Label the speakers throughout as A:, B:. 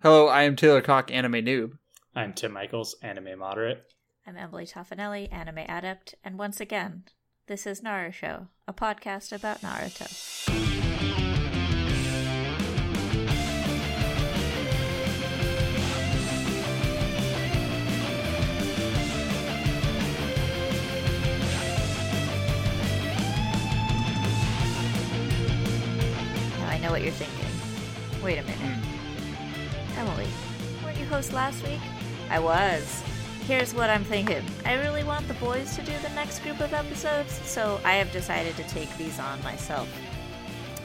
A: Hello, I am Taylor Cock, anime noob.
B: I'm Tim Michaels, anime moderate.
C: I'm Emily Toffanelli, anime adept, and once again, this is Naruto Show, a podcast about Naruto. Now I know what you're thinking. Wait a minute.
A: Hmm.
C: Emily, weren't you host last week? I was. Here's what I'm thinking. I really want the boys to do the next group of episodes, so I have decided to take these on myself.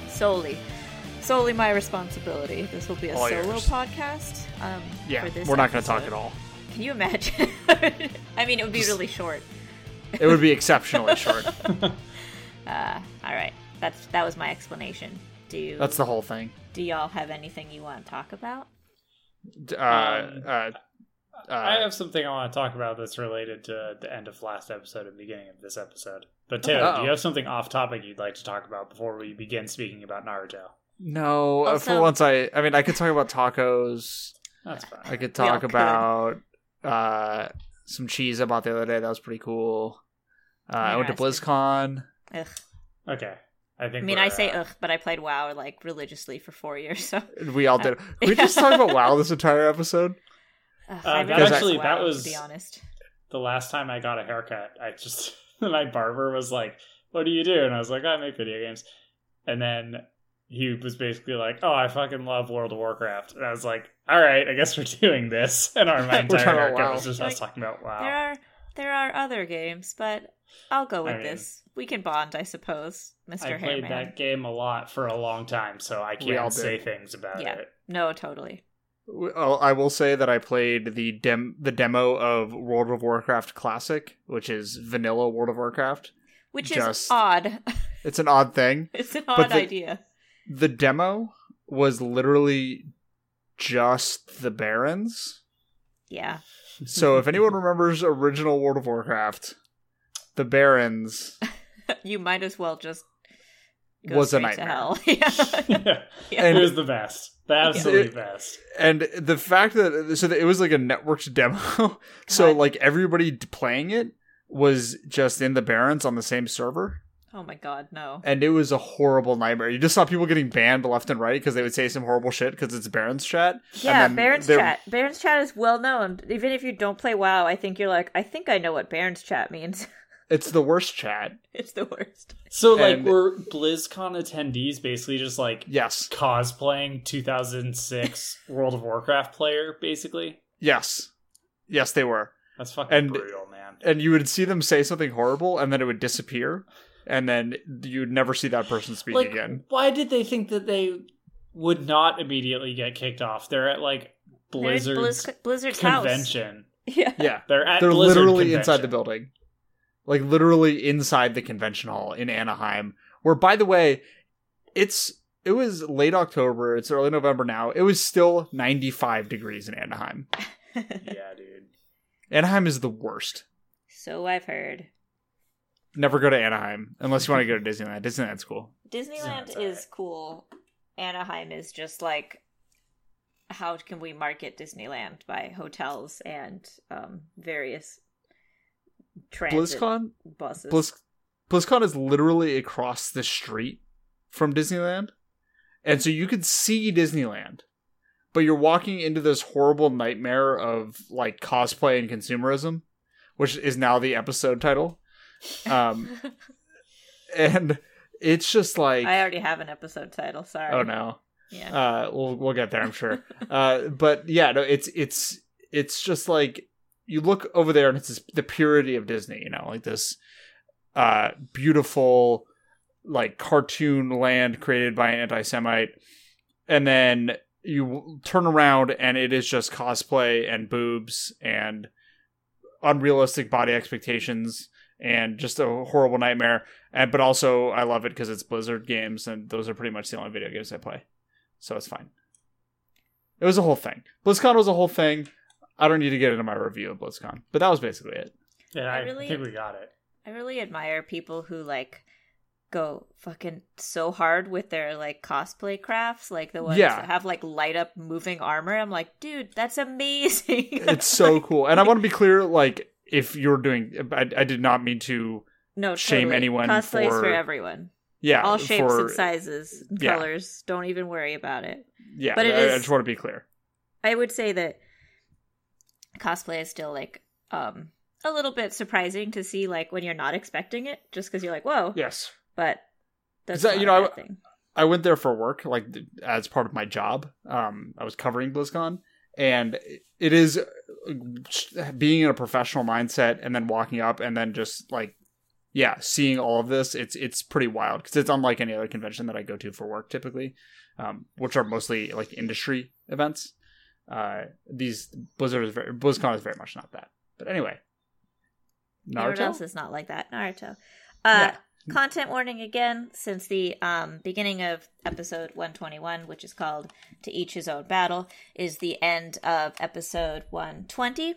C: Solely. Solely my responsibility. This will be a
A: All
C: solo
A: yours.
C: podcast. Um,
A: Yeah,
C: for this
A: we're not going to
C: episode.
A: talk at all.
C: Can you imagine? I mean, it would be really short.
A: It would be exceptionally short.
C: All right, that's that was my explanation. Do you,
A: That's the whole thing.
C: do y'all have anything you want to talk about?
A: D- Uh,
C: Um,
A: uh,
B: I
A: uh,
B: have something I want to talk about that's related to the end of last episode and beginning of this episode. But Taylor,
A: Uh-oh.
B: do you have something off topic you'd like to talk about before we begin speaking about Naruto?
A: no, uh for
C: Also-
A: once, I I mean, I could talk about tacos.
B: That's fine.
A: I could
C: We all
A: talk
C: could.
A: about uh, some cheese I bought the other day. That was pretty cool. Uh, I went to
C: Interesting.
A: BlizzCon.
C: Ugh.
B: Okay. I
C: I
B: think.
C: mean,
B: we're,
C: I say
B: uh,
C: ugh, but I played WoW like religiously for four years, so
A: and We all did. Can we just talk about WoW this entire episode?
C: ugh,
B: Uh,
C: I
B: that
C: really liked
B: actually- that
C: WoW,
B: was-
C: to be honest.
B: the last time I got a haircut, I just my barber was like, "What do you do?" And I was like, "I make video games." And then he was basically like, "Oh, I fucking love World of Warcraft." And I was like, "All right, I guess we're doing this." And our my
A: We're
B: entire
A: talking about
B: haircut
A: WoW.
B: was just us talking about
C: There
B: wow.
C: are there are other games, but I'll go with
B: I mean-
C: this. We can bond, I suppose, Mister
B: I played
C: Hairman.
B: that game a lot for a long time, so I
A: We all
B: can't say
A: did.
B: things about
C: Yeah.
B: it.
C: No, totally.
A: W- oh, I will say that I played the dem the demo of World of Warcraft Classic, which is vanilla World of Warcraft.
C: Which is
A: Just-
C: odd.
A: It's an odd thing.
C: it's an
A: But
C: odd
A: the-
C: idea.
A: The demo was literally just the Barons.
C: Yeah,
A: So if anyone remembers original World of Warcraft, the Barons
C: you might as well just go
A: was a
C: straight
A: nightmare.
C: to hell. yeah. Yeah.
B: it
A: And-
B: was the best, the absolute
A: It-
B: best.
A: and the fact that so that it was like a networked demo so
C: God.
A: like everybody d- playing it was just in the barons on the same server
C: Oh my god, no.
A: and it was a horrible nightmare you just saw people getting banned left and right because they would say some horrible shit because it's barons chat
C: Yeah,
A: then
C: Baron's
A: there-
C: Chat. Baron's Chat is well known. Even if you don't play WoW, I think you're like, I think I know what Baron's Chat means.
A: it's the worst chat
C: it's the worst.
B: So like,
A: And-
B: were BlizzCon attendees basically just like
A: yes
B: cosplaying 2006 World of Warcraft player, basically.
A: yes yes they were
B: That's fucking
A: And-
B: brutal, man.
A: and you would see them say something horrible and then it would disappear and then you'd never see that person speak
B: Like,
A: again
B: why did they think that they would not immediately get kicked off? They're at like
C: Blizzard,
B: Blizzard's
C: Blizzard's house.
B: convention.
C: Yeah.
A: yeah
B: They're at
A: they're
B: Blizzard
A: literally
B: convention.
A: inside the building like literally inside the convention hall in anaheim where by the way it's it was late october it's early november now it was still 95 degrees in anaheim
B: Yeah, dude.
A: anaheim is the worst
C: so I've heard.
A: never go to anaheim unless you want to go to disneyland disneyland's cool
C: Disneyland
B: Sounds
C: is
B: alright.
C: cool. Anaheim is just like how can we market Disneyland by hotels and um, various transit
A: blizzcon
C: buses.
A: Blizz, blizzcon is literally across the street from disneyland and so you could see disneyland but you're walking into this horrible nightmare of like cosplay and consumerism which is now the episode title um and it's just like
C: I already have an episode title. Sorry.
A: oh no
C: Yeah.
A: uh we'll we'll get there i'm sure uh but yeah no it's it's it's just like you look over there and it's this, the purity of disney you know like this uh beautiful like cartoon land created by an anti-semite and then you turn around and it is just cosplay and boobs and unrealistic body expectations and just a horrible nightmare and but also i love it because it's blizzard games and those are pretty much the only video games i play so it's fine it was a whole thing blizzcon was a whole thing i don't need to get into my review of blizzcon but that was basically it
B: Yeah,
C: I
B: I,
C: really-
B: think we got it.
C: I really admire people who like go fucking so hard with their like cosplay crafts, like the ones
A: Yeah.
C: that have like light up moving armor. I'm like, dude, that's amazing.
A: It's so cool. And I want to be clear like if you're doing I, I did not mean to
C: no
A: shame
C: totally.
A: anyone
C: Cosplays
A: for-
C: for, everyone,
A: yeah,
C: all shapes
A: for,
C: and sizes, and
A: yeah.
C: colors. Don't even worry about it.
A: Yeah,
C: but it
A: I, I
C: is-
A: just want to be clear.
C: I would say that cosplay is still like um a little bit surprising to see like when you're not expecting it, just because you're like, whoa.
A: Yes.
C: But that's
A: Is that-
C: not
A: you
C: a
A: know, I
C: bad
A: w-
C: thing.
A: I went there for work, like th- as part of my job. Um, I was covering BlizzCon, and it is uh, being in a professional mindset, and then walking up, and then just like, yeah, seeing all of this. It's it's pretty wild because it's unlike any other convention that I go to for work typically, um, which are mostly like industry events. Uh, these Blizzard is very, BlizzCon is very much not that. But anyway,
C: Everyone else
A: Naruto.
C: is not like that. Naruto. Uh,
A: Yeah.
C: Content warning again, since the um, beginning of episode 121, which is called To Each His Own Battle, is the end of episode 120.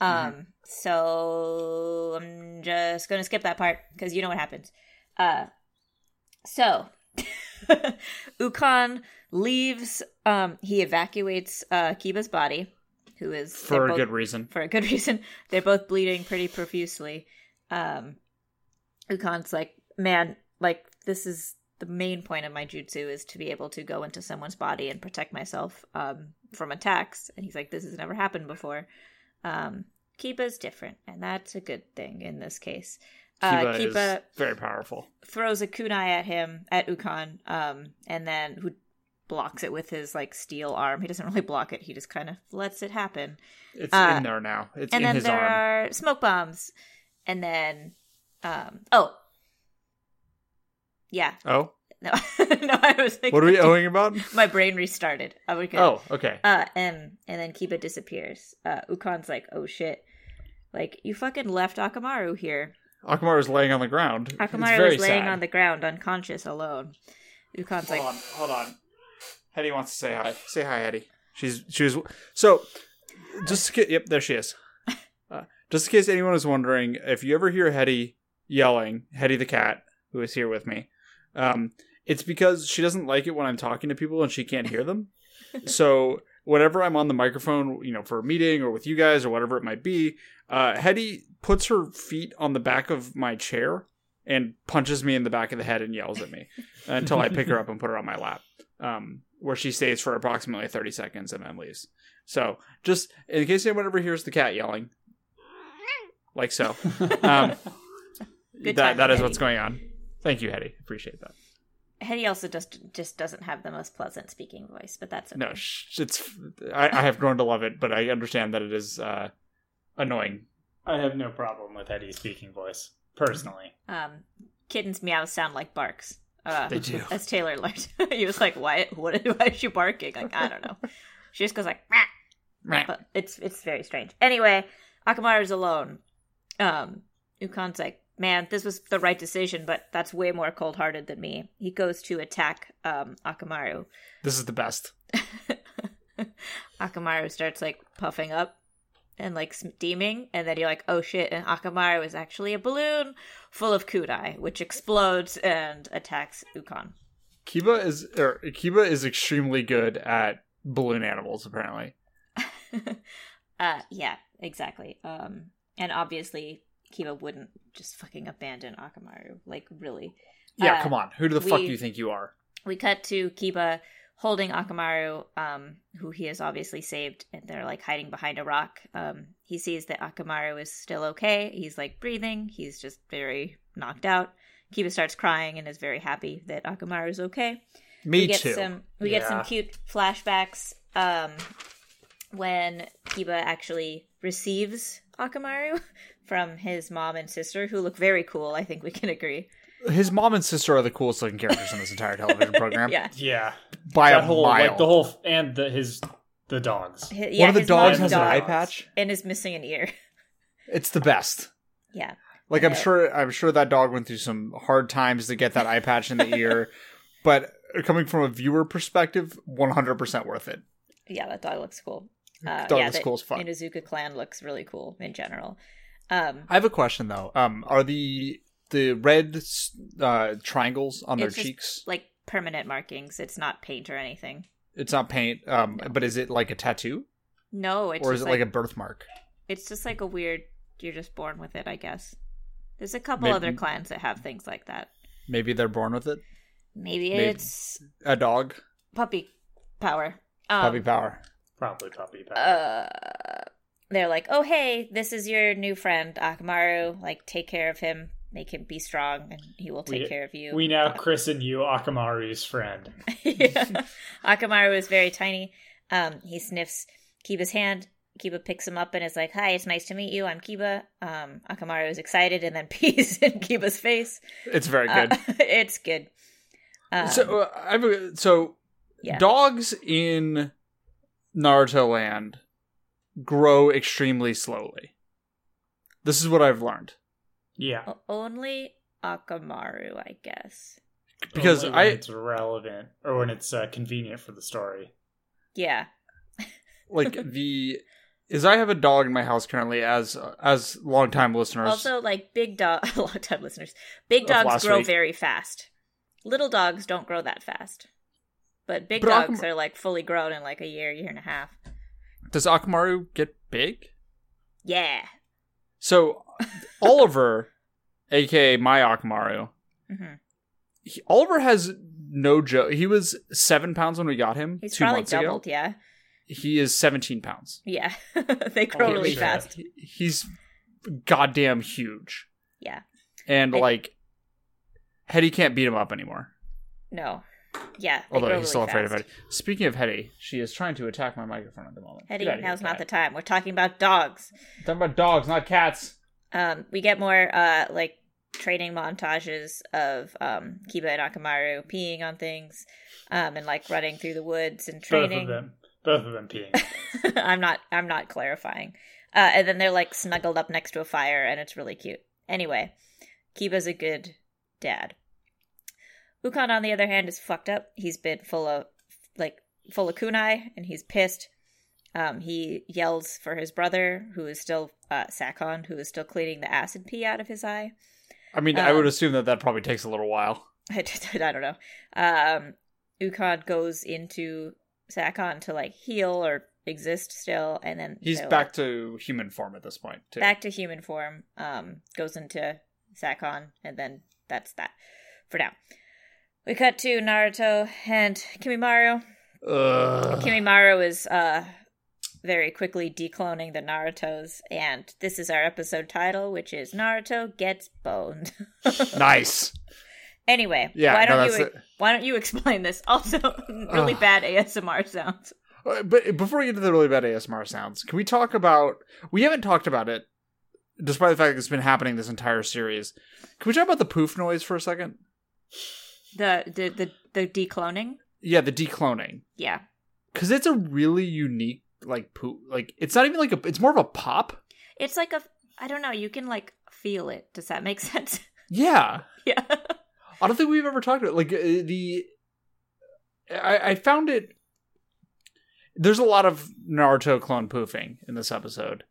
C: Um,
A: Mm-hmm.
C: So I'm just going to skip that part because you know what happens. Uh, so Ukon leaves, um, he evacuates uh, Kiba's body, who is
A: For
C: they're
A: a
C: both-
A: good reason.
C: for a good reason. They're both bleeding pretty profusely. Um, Ukon's like, man, like this is the main point of my jutsu is to be able to go into someone's body and protect myself um, from attacks. And he's like, this has never happened before. Um, Kiba's different, and that's a good thing in this case. Uh,
A: Kiba,
C: Kiba
A: is very powerful.
C: throws a kunai at him at Ukon, um, and then who blocks it with his like steel arm. He doesn't really block it; he just kind of lets it happen
A: It's
C: Uh,
A: in there now. It's
C: and
A: in
C: then
A: his
C: there
A: arm.
C: are smoke bombs and then um oh yeah
A: oh.
C: no no i was thinking
A: What are we owing about?
C: my brain restarted i would go
A: Oh, okay.
C: uh and and then kiba disappears uh ukon's like oh shit like you fucking left akamaru here
A: Akamaru is laying on the ground. it's
C: akamaru
A: very
C: is laying
A: sad.
C: on the ground unconscious alone ukon's
A: Hold
C: like
A: on, hold on. Hetty wants to say hi. Say hi, Hetty. She's she was so. Just to get, yep, there she is. Uh, just in case anyone is wondering, if you ever hear Hetty yelling, Hetty the cat, who is here with me, um, it's because she doesn't like it when I'm talking to people and she can't hear them. so whenever I'm on the microphone, you know, for a meeting or with you guys or whatever it might be, uh, Hetty puts her feet on the back of my chair and punches me in the back of the head and yells at me until I pick her up and put her on my lap, um, where she stays for approximately 30 seconds and then leaves. So just in case anyone ever hears the cat yelling, like so, um,
C: Good
A: that,
C: timing,
A: that is
C: Hetty.
A: what's going on. Thank you, Hetty. Appreciate that.
C: hetty also just just doesn't have the most pleasant speaking voice but that's okay
A: No, sh- it's I, I have grown to love it, but I understand that it is uh, annoying.
B: I have no problem with Eddie's speaking voice, personally.
C: um, kittens meows sound like barks. Uh,
A: They do.
C: As Taylor learned, he was like, "Why? What? Why is she barking?" Like, I don't know. She just goes like, "Meow."
A: Meh.
C: but it's it's very strange. Anyway, Akamaru's alone. Um, Ukon's like, "Man, this was the right decision, but that's way more cold-hearted than me." He goes to attack um Akamaru.
A: This is the best.
C: Akamaru starts like puffing up and like steaming, and then you're like, oh shit, and Akamaru is actually a balloon full of kudai, which explodes and attacks Ukon.
A: Kiba is or Kiba is extremely good at balloon animals. Apparently,
C: Uh, yeah, exactly. Um, and obviously, Kiba wouldn't just fucking abandon Akamaru, like, really.
A: yeah.
C: Uh,
A: come on, who the fuck do
C: we-
A: you think you are?
C: we cut to Kiba holding Akamaru, um, who he has obviously saved, and they're like hiding behind a rock. Um, he sees that Akamaru is still okay. He's like breathing. He's just very knocked out. Kiba starts crying and is very happy that Akamaru is okay
A: Me
C: we get
A: too.
C: some we get
B: Yeah.
C: some cute flashbacks um when Kiba actually receives Akamaru from his mom and sister who look very cool, I think we can agree.
A: His mom and sister are the coolest looking characters in this entire television program.
C: Yeah.
B: Yeah,
A: by
B: that
A: a
B: whole
A: mile.
B: like the whole f- and the, his the dogs.
C: Hi-
A: One
C: yeah,
A: of the
C: his
A: dogs
C: mom's
A: has an
C: dog
A: eye patch.
C: and is missing an ear.
A: It's the best.
C: Yeah.
A: Like I'm
C: Yeah.
A: sure, I'm sure that dog went through some hard times to get that eye patch in the ear, but coming from a viewer perspective, 100 percent worth it.
C: Yeah, that dog looks cool. Uh,
A: Dog
C: yeah,
A: looks
C: the
A: cool as fuck.
C: Inazuka clan looks really cool in general. Um,
A: I have a question though. Um, are the the red uh, triangles on
C: It's
A: their
C: just-
A: cheeks.
C: Like permanent markings. It's not paint or anything.
A: It's not paint, um, but is it like a tattoo
C: No, it's
A: or is
C: just
A: it like, a birthmark?
C: it's just like a weird you're just born with it, I guess. There's a couple
A: Maybe-
C: other clans that have things like that.
A: Maybe they're born with it.
C: Maybe,
A: Maybe.
C: it's
A: A dog,
C: puppy power. Um,
A: puppy power.
B: Probably puppy power.
C: uh, they're like, oh hey, this is your new friend Akamaru. Like, take care of him, make him be strong, and he will take
B: We-
C: care of you.
B: we now christen you Akamaru's friend.
C: yeah. Akamaru is very tiny. Um, he sniffs Kiba's hand. Kiba picks him up and is like, "Hi, it's nice to meet you. I'm Kiba." Um, Akamaru is excited and then pees in Kiba's face.
A: It's very good.
C: Uh, it's good. Um,
A: so uh, I've, so
C: yeah.
A: dogs in Naruto Land grow extremely slowly. This is what I've learned
B: Yeah,
C: O- only Akamaru, I guess.
A: because
B: Only
A: I
B: when it's relevant or when it's uh, convenient for the story.
C: Yeah,
A: like the is I have a dog in my house currently as as longtime listeners.
C: Also, like big dog, a lot of time listeners, big
A: Of
C: dogs
A: last
C: grow
A: week.
C: very fast. Little dogs don't grow that fast, but big
A: But Akam-
C: dogs are like fully grown in like a year, year and a half.
A: Does Akamaru get big?
C: Yeah.
A: So Oliver, aka my Akamaru,
C: hmm
A: he, Oliver has no joke. He was seven pounds when we got him
C: He's
A: two
C: probably
A: months
C: doubled.
A: ago.
C: Yeah,
A: He is seventeen pounds.
C: yeah. they
A: Oh,
C: grow
B: Holy
C: really
B: shit.
C: fast.
A: He- He's goddamn huge.
C: Yeah.
A: And
C: I-
A: like Hetty can't beat him up anymore.
C: No. Yeah. They
A: Although
C: grow
A: he's still
C: really
A: afraid of
C: fast.
A: Hetty. Speaking of Hetty, she is trying to attack my microphone at the moment.
C: Hetty,
A: Get outta here,
C: now's not the
A: cat.
C: time. We're talking about dogs.
A: Talking about dogs, not cats.
C: Um, we get more uh like training montages of um Kiba and Akamaru peeing on things, um, and like running through the woods and
B: Both
C: training.
B: of them, both of them peeing.
C: I'm not I'm not clarifying. Uh, and then they're like snuggled up next to a fire and it's really cute. Anyway, Kiba's a good dad. Ukon on the other hand is fucked up. He's been full of like full of kunai and he's pissed. Um, he yells for his brother, who is still uh, Sakon, who is still cleaning the acid pee out of his eye.
A: I mean, I
C: Um,
A: would assume that that probably takes a little while.
C: I don't I don't know. Um, Ukon goes into Sakon to like heal or exist still, and then
A: He's
C: they're, like,
A: back to human form at this point, too.
C: back to human form um goes into Sakon and then that's that for now we cut to Naruto and Kimimaru
A: Ugh.
C: Kimimaru is uh very quickly decloning the Narutos and this is our episode title which is Naruto gets boned
A: nice.
C: anyway
A: Yeah,
C: why
A: no,
C: don't
A: that's
C: you
A: it.
C: why don't you explain this also really
A: Ugh.
C: bad ASMR sounds
A: Uh, But before we get to the really bad ASMR sounds, can we talk about? We haven't talked about it, despite the fact that it's been happening this entire series. Can we talk about the poof noise for a second?
C: the the the, the decloning
A: Yeah, the decloning,
C: yeah
A: because it's a really unique like poof. Like it's not even like a. It's more of a pop.
C: it's like a I don't know you can like feel it does that make sense
A: Yeah,
C: yeah
A: I don't think we've ever talked about it. like uh, the. I, I found it. There's a lot of Naruto clone poofing in this episode,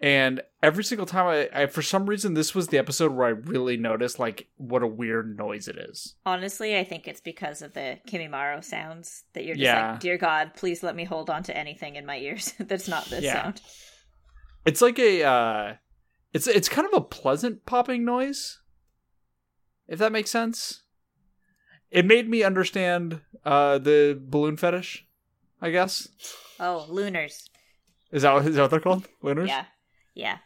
A: and every single time I, I for some reason this was the episode where I really noticed like what a weird noise it is.
C: Honestly, I think it's because of the Kimimaro sounds that you're just
A: Yeah.
C: like, dear God, please let me hold on to anything in my ears that's not this
A: Yeah.
C: sound.
A: It's like a, uh, it's it's kind of a pleasant popping noise, if that makes sense. It made me understand uh, the balloon fetish, I guess.
C: Oh, lunars.
A: Is that what, is that what they're called? Winners.
C: Yeah. Yeah.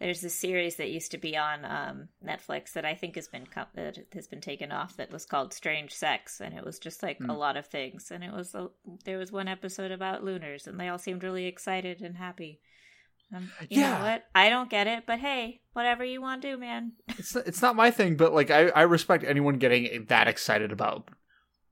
C: There's a series that used to be on um, Netflix that I think has been com- that has been taken off that was called Strange Sex, and it was just like
A: Hmm.
C: a lot of things. And it was a, there was one episode about lunars, and they all seemed really excited and happy. Um, you
A: Yeah.
C: know what? I don't get it, but hey, whatever you want to do, man.
A: It's not, it's not my thing, but like I, I respect anyone getting that excited about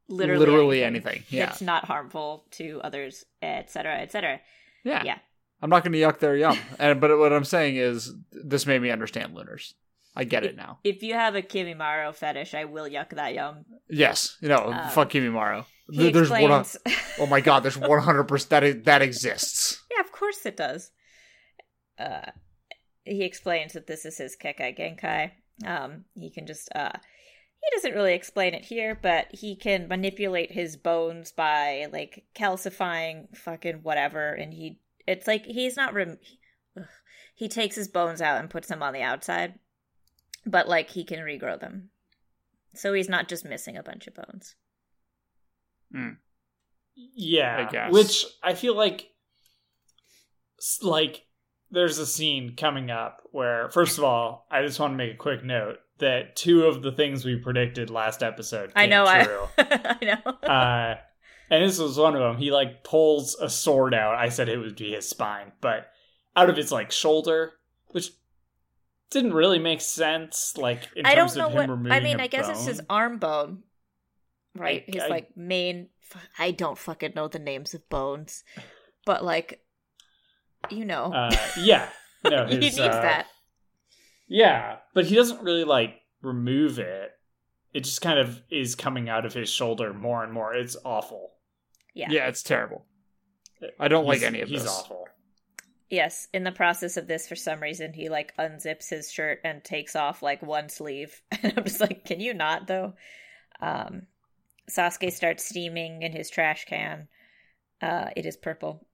C: Literally,
A: anything. Yeah,
C: it's not harmful to others, etc., cetera, etc.
A: yeah,
C: yeah.
A: I'm not going to yuck their yum, and but what I'm saying is this made me understand lunars. I get it now.
C: If you have a Kimimaro fetish, I will yuck that yum.
A: Yes, you know,
C: Um,
A: fuck Kimimaro.
C: He
A: Th- There's one.
C: explains,
A: Oh my god, there's 100 percent that i- that exists.
C: yeah, of course it does. Uh, he explains that this is his Kekai Genkai, Um, he can just uh, he doesn't really explain it here, but he can manipulate his bones by like calcifying fucking whatever, and he it's like he's not rem- ugh. he takes his bones out and puts them on the outside, but like he can regrow them, so he's not just missing a bunch of bones.
B: Yeah,
A: I guess.
B: which I feel like, s- like there's a scene coming up where, first of all, I just want to make a quick note that two of the things we predicted last episode.
C: I
B: came
C: know,
B: true.
C: I, I know.
B: uh, and this was one of them. He like pulls a sword out. I said it would be his spine, but out of his like shoulder, which didn't really make sense. Like in
C: I don't
B: terms
C: know
B: of him
C: what
B: removing.
C: I mean.
B: a
C: I guess it's his
B: bone.
C: arm bone, right?
B: I-
C: his
B: I-
C: like main. fu- I don't fucking know the names of bones, but like, you know,
B: Uh, yeah, no,
C: he
B: his,
C: needs
B: uh,
C: that.
B: Yeah, but he doesn't really like remove it. It just kind of is coming out of his shoulder more and more. It's awful.
C: Yeah.
A: Yeah, it's terrible. I don't like
B: He's-
A: any of
B: he's
A: this.
B: awful.
C: Yes. In the process of this, for some reason, he like unzips his shirt and takes off like one sleeve, and I'm just like, can you not though? Um, Sasuke starts steaming in his trash can. Uh, it is purple.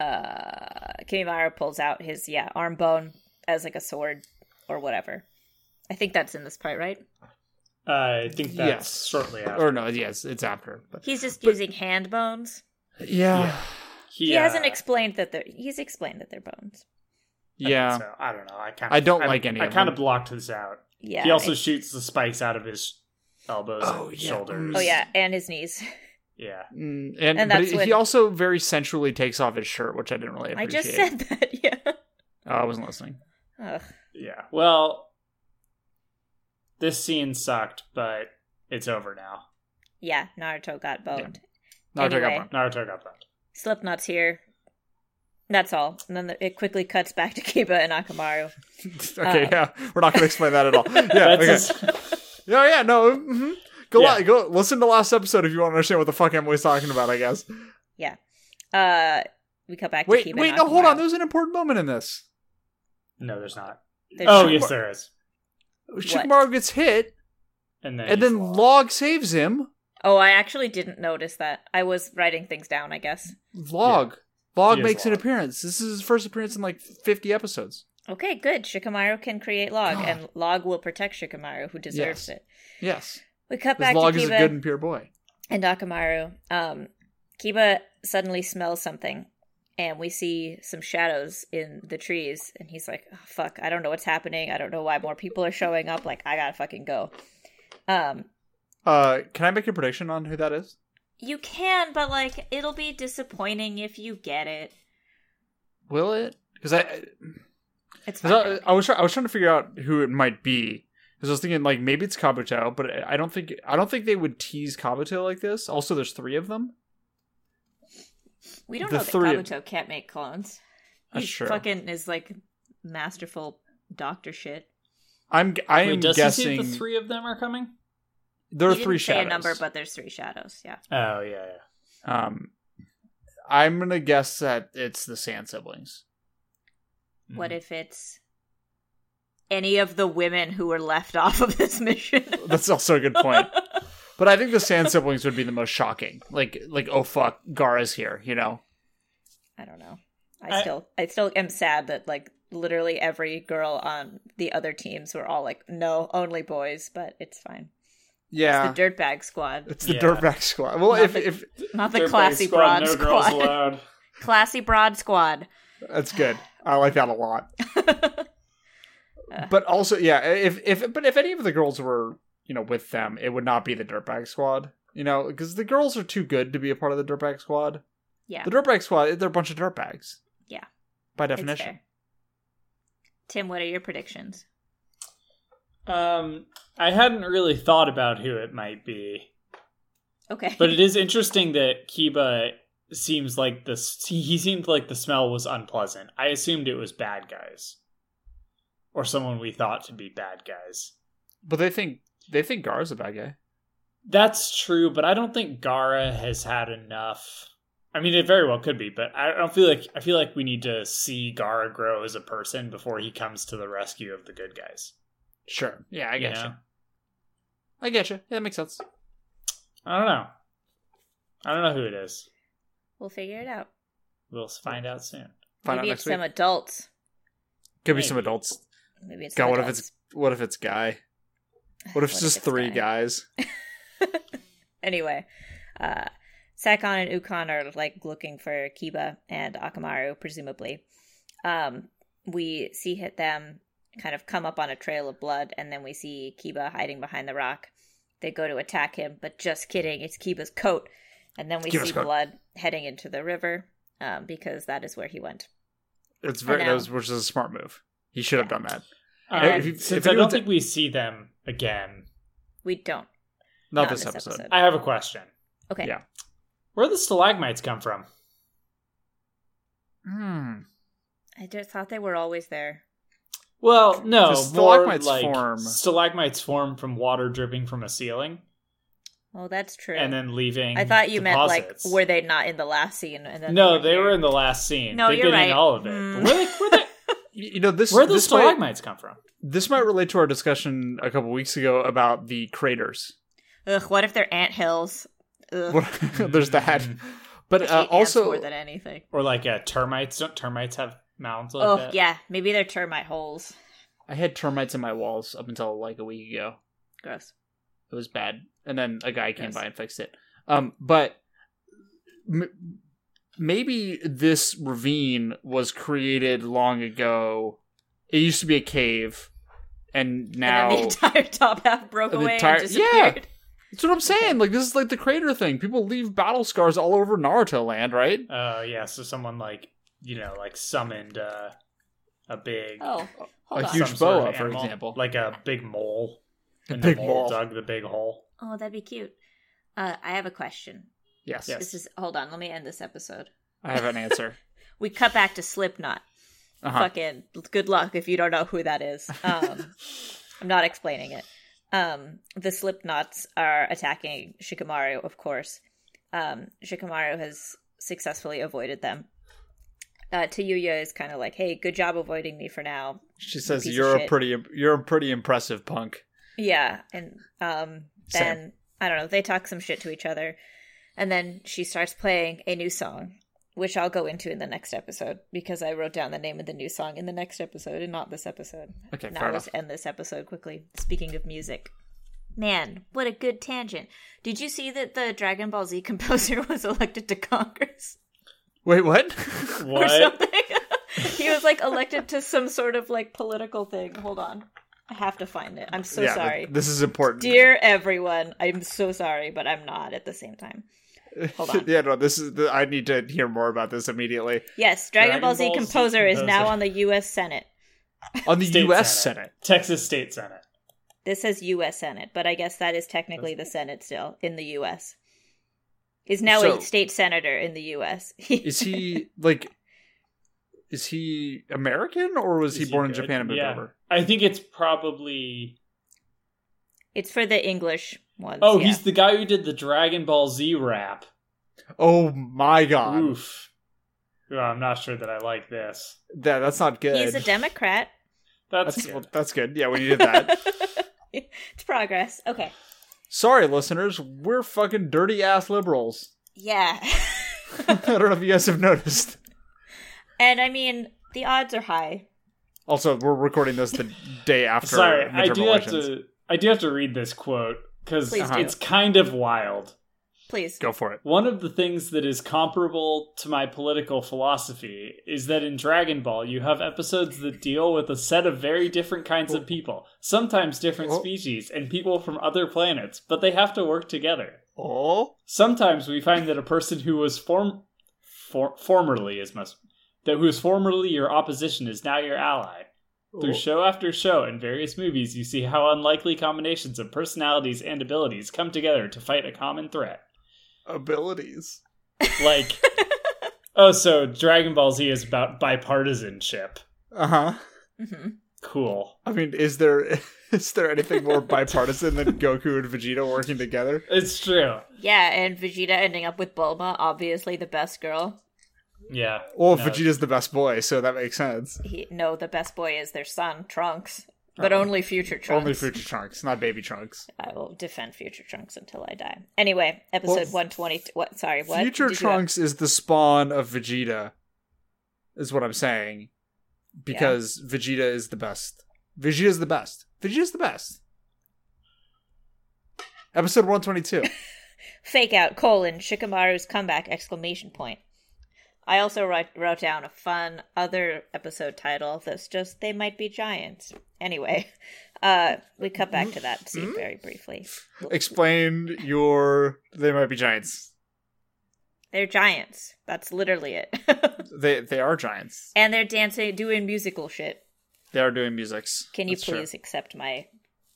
C: Uh, Kimimaro pulls out his yeah arm bone as like a sword or whatever. I think that's in this part, right?
B: Uh, I think that's
A: Yes.
B: shortly after.
A: Or no, yes, it's after. But
C: He's just
A: But-
C: using hand bones.
A: yeah,
C: He hasn't
B: uh,
C: explained that they're. He's explained that they're bones.
A: yeah.
B: So I don't know. I kind. Of,
A: I don't like any
B: I
A: of
B: kind
A: them.
B: of blocked this out.
C: Yeah.
B: he also
C: I-
B: shoots the spikes out of his elbows
A: Oh,
B: and
A: yeah.
B: shoulders.
C: oh yeah, and his knees.
B: yeah.
A: Mm, and,
C: And
A: but
C: that's
A: he
C: when-
A: also very sensually takes off his shirt, which I didn't really
C: I
A: appreciate.
C: just said that. Yeah.
A: Oh, I wasn't listening.
C: Ugh.
B: Yeah. Well, this scene sucked, but it's over now.
C: Yeah, Naruto got boned.
A: Not
C: Anyway.
A: anyway.
B: Naruto got that.
C: Slipknot's here. That's all. And then the, it quickly cuts back to Kiba and Akamaru.
A: okay,
C: Uh.
A: yeah, we're not going to explain that at all. Yeah,
B: That's
A: okay.
B: his-
A: yeah, yeah, no. mhm. Go,
B: Yeah.
A: li- go listen to last episode if you want to understand what the fuck Emily's talking about. I guess.
C: Uh, we cut back
A: Wait,
C: to Kiba.
A: wait,
C: and
A: no, hold
C: Akamaru.
A: on. There's an important moment in this.
B: no, there's not.
C: There's
B: Oh
C: two
B: yes,
C: more-
B: there is.
A: Shikamaru gets hit,
B: And then
A: and
B: he's
A: then
B: lost.
A: Log saves him.
C: Oh, I actually didn't notice that. I was writing things down. I guess.
A: Log, Log
B: He is
A: makes an
B: Log.
A: appearance. This is his first appearance in like 50 episodes.
C: Okay, good. Shikamaru can create Log,
A: God.
C: and Log will protect Shikamaru, who
A: Yes.
C: deserves it.
A: Yes,
C: We cut
A: because
C: back
A: Log
C: to
A: is a
C: Kiba
A: good and pure boy.
C: and Akamaru. Um, Kiba suddenly smells something, and we see some shadows in the trees. And he's like, oh, "Fuck! I don't know what's happening. I don't know why more people are showing up. Like, I gotta fucking go." Um,
A: Uh, can I make a prediction on who that is?
C: you can, but like, it'll be disappointing if you get it.
A: Will it? Because I,
C: It's fine.
A: 'cause I, I was try- I was trying to figure out who it might be. Because I was thinking like maybe it's Kabuto, but I I don't think I don't think they would tease Kabuto like this. Also, there's three of them.
C: we don't
A: the
C: know that
A: three of-
C: Kabuto can't make clones. He
A: That's true.
C: fucking is like masterful doctor shit.
A: I'm g- I am
B: Wait, does
A: guessing
B: he see the three of them are coming?
A: there are
C: He didn't
A: three
C: say
A: shadows.
C: a number, but there's three shadows. Yeah.
B: Oh yeah, yeah.
A: um, I'm gonna guess that it's the Sand siblings.
B: Mm-hmm.
C: What if it's any of the women who were left off of this mission?
A: That's also a good point. But I think the Sand siblings would be the most shocking. Like like oh fuck, Gara's here. You know.
C: I don't know.
B: I-
C: I still I still am sad that like literally every girl on the other teams were all like, no, only boys, but it's fine.
A: Yeah.
C: It's the dirtbag squad.
A: It's the
B: Yeah.
A: dirtbag squad. Well,
C: Not
A: if,
C: the-
A: if
C: Not the
B: Third place
C: classy
B: squad,
C: broad
B: no girls
C: squad.
B: allowed.
C: classy broad squad.
A: that's good, I like that a lot.
C: Uh.
A: but also yeah if if but if any of the girls were you know with them it would not be the dirtbag squad you know because the girls are too good to be a part of the dirtbag squad
C: Yeah.
A: the dirtbag squad they're a bunch of dirtbags
C: Yeah.
A: by
C: It's
A: definition
C: fair. Tim, what are your predictions?
B: Um, I hadn't really thought about who it might be,
C: Okay.
B: but it is interesting that Kiba seems like this. He seemed like the smell was unpleasant. I assumed it was bad guys, or someone we thought to be bad guys.
A: but they think they think gar's a bad guy
B: That's true, but I don't think Gara has had enough. I mean, it very well could be, but I don't feel like I feel like we need to see Gara grow as a person before he comes to the rescue of the good guys.
A: Sure. Yeah, I get
B: know?
A: you. I get you. Yeah, that makes sense.
B: I don't know. I don't know who it is.
C: We'll figure it out.
B: We'll find out soon.
A: Find
C: Maybe
A: out
C: it's
A: next week.
C: some adults.
A: Could be
B: Maybe.
A: some adults.
C: Maybe it's
A: God,
C: some
A: what if
C: adults.
A: it's what if it's guy? What if it's just three
C: guys?
A: guys?
C: Anyway, uh, Sakon and Ukon are like looking for Kiba and Akamaru, presumably. Um, we see hit them kind of come up on a trail of blood, and then we see Kiba hiding behind the rock. They go to attack him, but just kidding, it's Kiba's coat. And then we
A: Kiba's
C: see
A: coat.
C: blood heading into the river um, because that is where he went.
A: It's very
C: know.
A: that was, which is a smart move. He should have done that.
B: Um,
A: If you- if
B: since I
A: you
B: don't
A: don't-
B: think we see them again,
C: We don't.
A: Not,
C: in
A: this, episode.
B: I have a question.
C: Okay.
A: Yeah.
B: Where the stalagmites come from?
A: Hmm.
C: I just thought they were always there.
B: Well, no,
A: Does
B: more
A: stalagmites
B: like
A: form-
B: stalagmites form from water dripping from a ceiling
C: Well, that's true.
B: and then leaving.
C: I thought you
B: deposits.
C: meant like were they not in the last scene? And then
B: no, they
C: here?
B: were in the last scene.
C: No,
B: They've
C: you're
B: been
C: right.
B: in all of it.
C: Mm.
B: But Where, they, where, they,
A: You you know this.
B: where the
A: this might,
B: stalagmites come from?
A: this might relate to our discussion a couple weeks ago about the craters.
C: Ugh, what if they're ant hills? Ugh.
A: There's that,
B: Mm.
A: but
C: I hate
A: uh,
C: ants
A: also
C: more than anything.
B: Or like uh, termites? Don't termites have mounds like
C: oh
B: that?
C: yeah, maybe they're termite holes.
A: I had termites in my walls up until like a week ago.
C: Gross.
A: It was bad, and then a guy came
C: Yes.
A: by and fixed it. Um, but m- maybe this ravine was created long ago. It used to be a cave, and now
C: and then the entire top half broke
A: The
C: away
A: entire-
C: and
A: yeah.
C: disappeared.
A: that's what I'm saying. Like this is like the crater thing. People leave battle scars all over Naruto land, right?
B: Oh yeah, so someone like you know like summoned uh, a big
C: Oh, hold
A: A
C: on.
B: some
A: huge
B: sort of
A: boa, for
B: animal,
A: example.
B: like a big mole. And
A: big
B: the mole,
A: mole.
B: dug the big hole.
C: Oh, that'd be cute. Uh, I have a question.
A: Yes,
B: Yes.
C: This is hold on. Let me end this episode.
A: I have an answer.
C: We cut back to Slipknot.
A: Uh-huh.
C: Fucking good luck if you don't know who that is. Um, I'm not explaining it. Um, the Slipknots are attacking Shikamaru, of course. Um, Shikamaru has successfully avoided them. Uh, Tayuya is kind of like, "Hey, good job avoiding me for now."
A: She says
C: piece of
A: you're a
C: shit.
A: pretty you're a pretty impressive punk.
C: Yeah, and um,
A: Same.
C: then I don't know. They talk some shit to each other, and then she starts playing a new song, which I'll go into in the next episode because I wrote down the name of the new song in the next episode and not this episode.
A: Okay, fair
C: now let's
A: enough.
C: end this episode quickly. Speaking of music. Man, what a good tangent. Did you see that the Dragon Ball Z composer was elected to Congress
A: Wait, what?
C: or
B: What?
C: something? he was like elected to some sort of like political thing. Hold on. I have to find it. I'm so
A: yeah,
C: sorry.
A: th- this is important.
C: Dear everyone, I'm so sorry, but I'm not at the same time. Hold on.
A: yeah, no, this is. The, I need to hear more about this immediately.
C: Yes, Dragon,
B: Dragon
C: Ball Z
B: Ball Z
C: composer is now
B: composer.
C: on the U.S. Senate.
A: On the
B: State
A: U.S.
B: Senate.
A: Senate.
B: Texas State Senate.
C: This says U.S. Senate, but I guess that is technically the Senate still in the U.S. Is now
A: So-
C: a state senator in the U.S.
A: Is he like? Is he American or was
B: Is
A: he
B: he
A: born in
B: good?
A: Japan and moved
B: Yeah.
A: over?
B: I think it's probably.
C: it's for the English ones.
B: Oh,
C: yeah.
B: he's the guy who did the Dragon Ball Z rap.
A: Oh my god,
B: Oof. Well, I'm not sure that I like this.
A: that that's not good.
C: he's a Democrat.
B: That's,
A: that's
B: good.
A: well, that's good. Yeah, we needed that.
C: it's progress. Okay.
A: Sorry, listeners, we're fucking dirty ass liberals.
C: Yeah.
A: I don't know if you guys have noticed.
C: and I mean, the odds are high.
A: Also, we're recording this the day after
B: Sorry,
A: midterm
B: I do have
A: elections.
B: to. I do have to read this quote because
C: Please
A: do.
B: it's kind of wild.
C: Please.
A: Go for it.
B: One of the things that is comparable to my political philosophy is that in Dragon Ball, you have episodes that deal with a set of very different kinds of people, sometimes different
A: Oh.
B: species, and people from other planets, but they have to work together.
A: Oh,
B: Sometimes we find that a person who was form, for, formerly is must that who was formerly your opposition is now your ally. Through
A: Oh.
B: show after show and various movies, you see how unlikely combinations of personalities and abilities come together to fight a common threat
A: abilities.
B: like oh so dragon ball z is about bipartisanship
A: Uh huh.
C: hmm
B: cool
A: I mean, is there is there anything more bipartisan than Goku and Vegeta working together?
B: it's true
C: Yeah, and Vegeta ending up with Bulma, obviously the best girl.
B: yeah
A: Well,
B: No.
A: Vegeta's the best boy, so that makes sense.
C: He no, the best boy is their son, Trunks. but
A: Uh-oh.
C: only future trunks.
A: Oh. Only future chunks, not baby chunks.
C: I will defend future trunks until I die. Anyway, episode
A: Well,
C: one twenty. What? Sorry, what?
A: Future
C: Did you have-
A: Trunks is the spawn of Vegeta, is what I'm saying, because Vegeta is the best. Vegeta's the best. Vegeta's the best. Episode 122.
C: Fake out colon Shikamaru's comeback exclamation point. I also write, wrote down a fun other episode title that's just they might be giants. Anyway, uh, we cut back to that
A: Mm-hmm.
C: scene very briefly.
A: Explain your. They might be giants.
C: They're giants. That's literally it.
A: They they are giants.
C: and they're dancing, doing musical shit.
A: They are doing musics.
C: Can you
A: That's true.
C: please accept my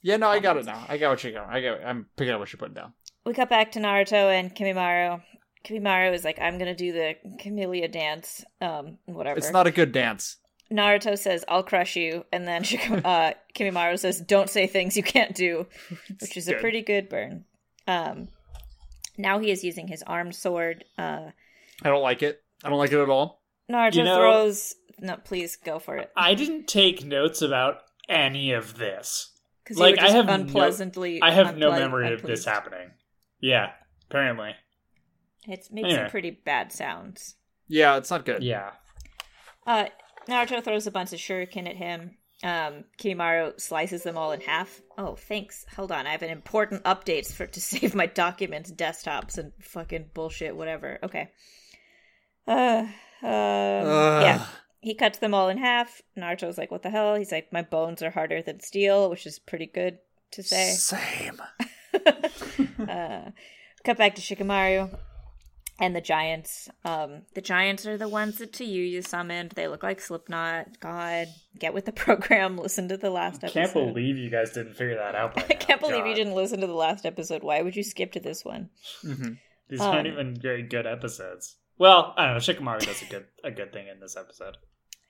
A: Yeah, no, I got it now. I got what you're going. I got. I'm picking up what you're putting down.
C: we cut back to Naruto and Kimimaro. Kimimaro is like, I'm gonna do the Camellia dance, um, whatever.
A: It's not a good dance.
C: Naruto says, "I'll crush you," and then Shik- uh, Kimimaro says, "Don't say things you can't do," which is a
A: good.
C: pretty good burn. Um, now he is using his armed sword. Uh,
A: I don't like it. I don't like it at all.
C: Naruto
B: You know-
C: throws. No, please go for it.
B: I didn't take notes about any of this.
C: Because
B: like, I have no-
C: unpleasantly.
B: I have no
C: unple-
B: memory of this
C: unpleased.
B: happening. Yeah, apparently.
C: It makes some
B: Anyway.
C: pretty bad sounds.
A: Yeah, it's not good.
B: Yeah.
C: Uh, Naruto throws a bunch of shuriken at him. Um, Kimimaro slices them all in half. Oh, thanks. Hold on, I have an important updates for to save my documents, desktops, and fucking bullshit, whatever. Okay. Uh, um,
A: Ugh.
C: yeah. He cuts them all in half. Naruto's like, "What the hell?" He's like, "My bones are harder than steel," which is pretty good to say.
A: Same.
C: uh, cut back to Shikamaru and the giants. Um, the giants are the ones that Tayuyu summoned. They look like Slipknot. God, get with the program. Listen to the last
B: I
C: episode.
B: can't believe you guys didn't figure that out. By
C: I can't
B: now.
C: believe you
B: God.
C: didn't listen to the last episode. Why would you skip to this one?
A: Mm-hmm.
B: These aren't
C: Um,
B: even very good episodes. Well, I don't know. Shikamaru does a good a good thing in this episode.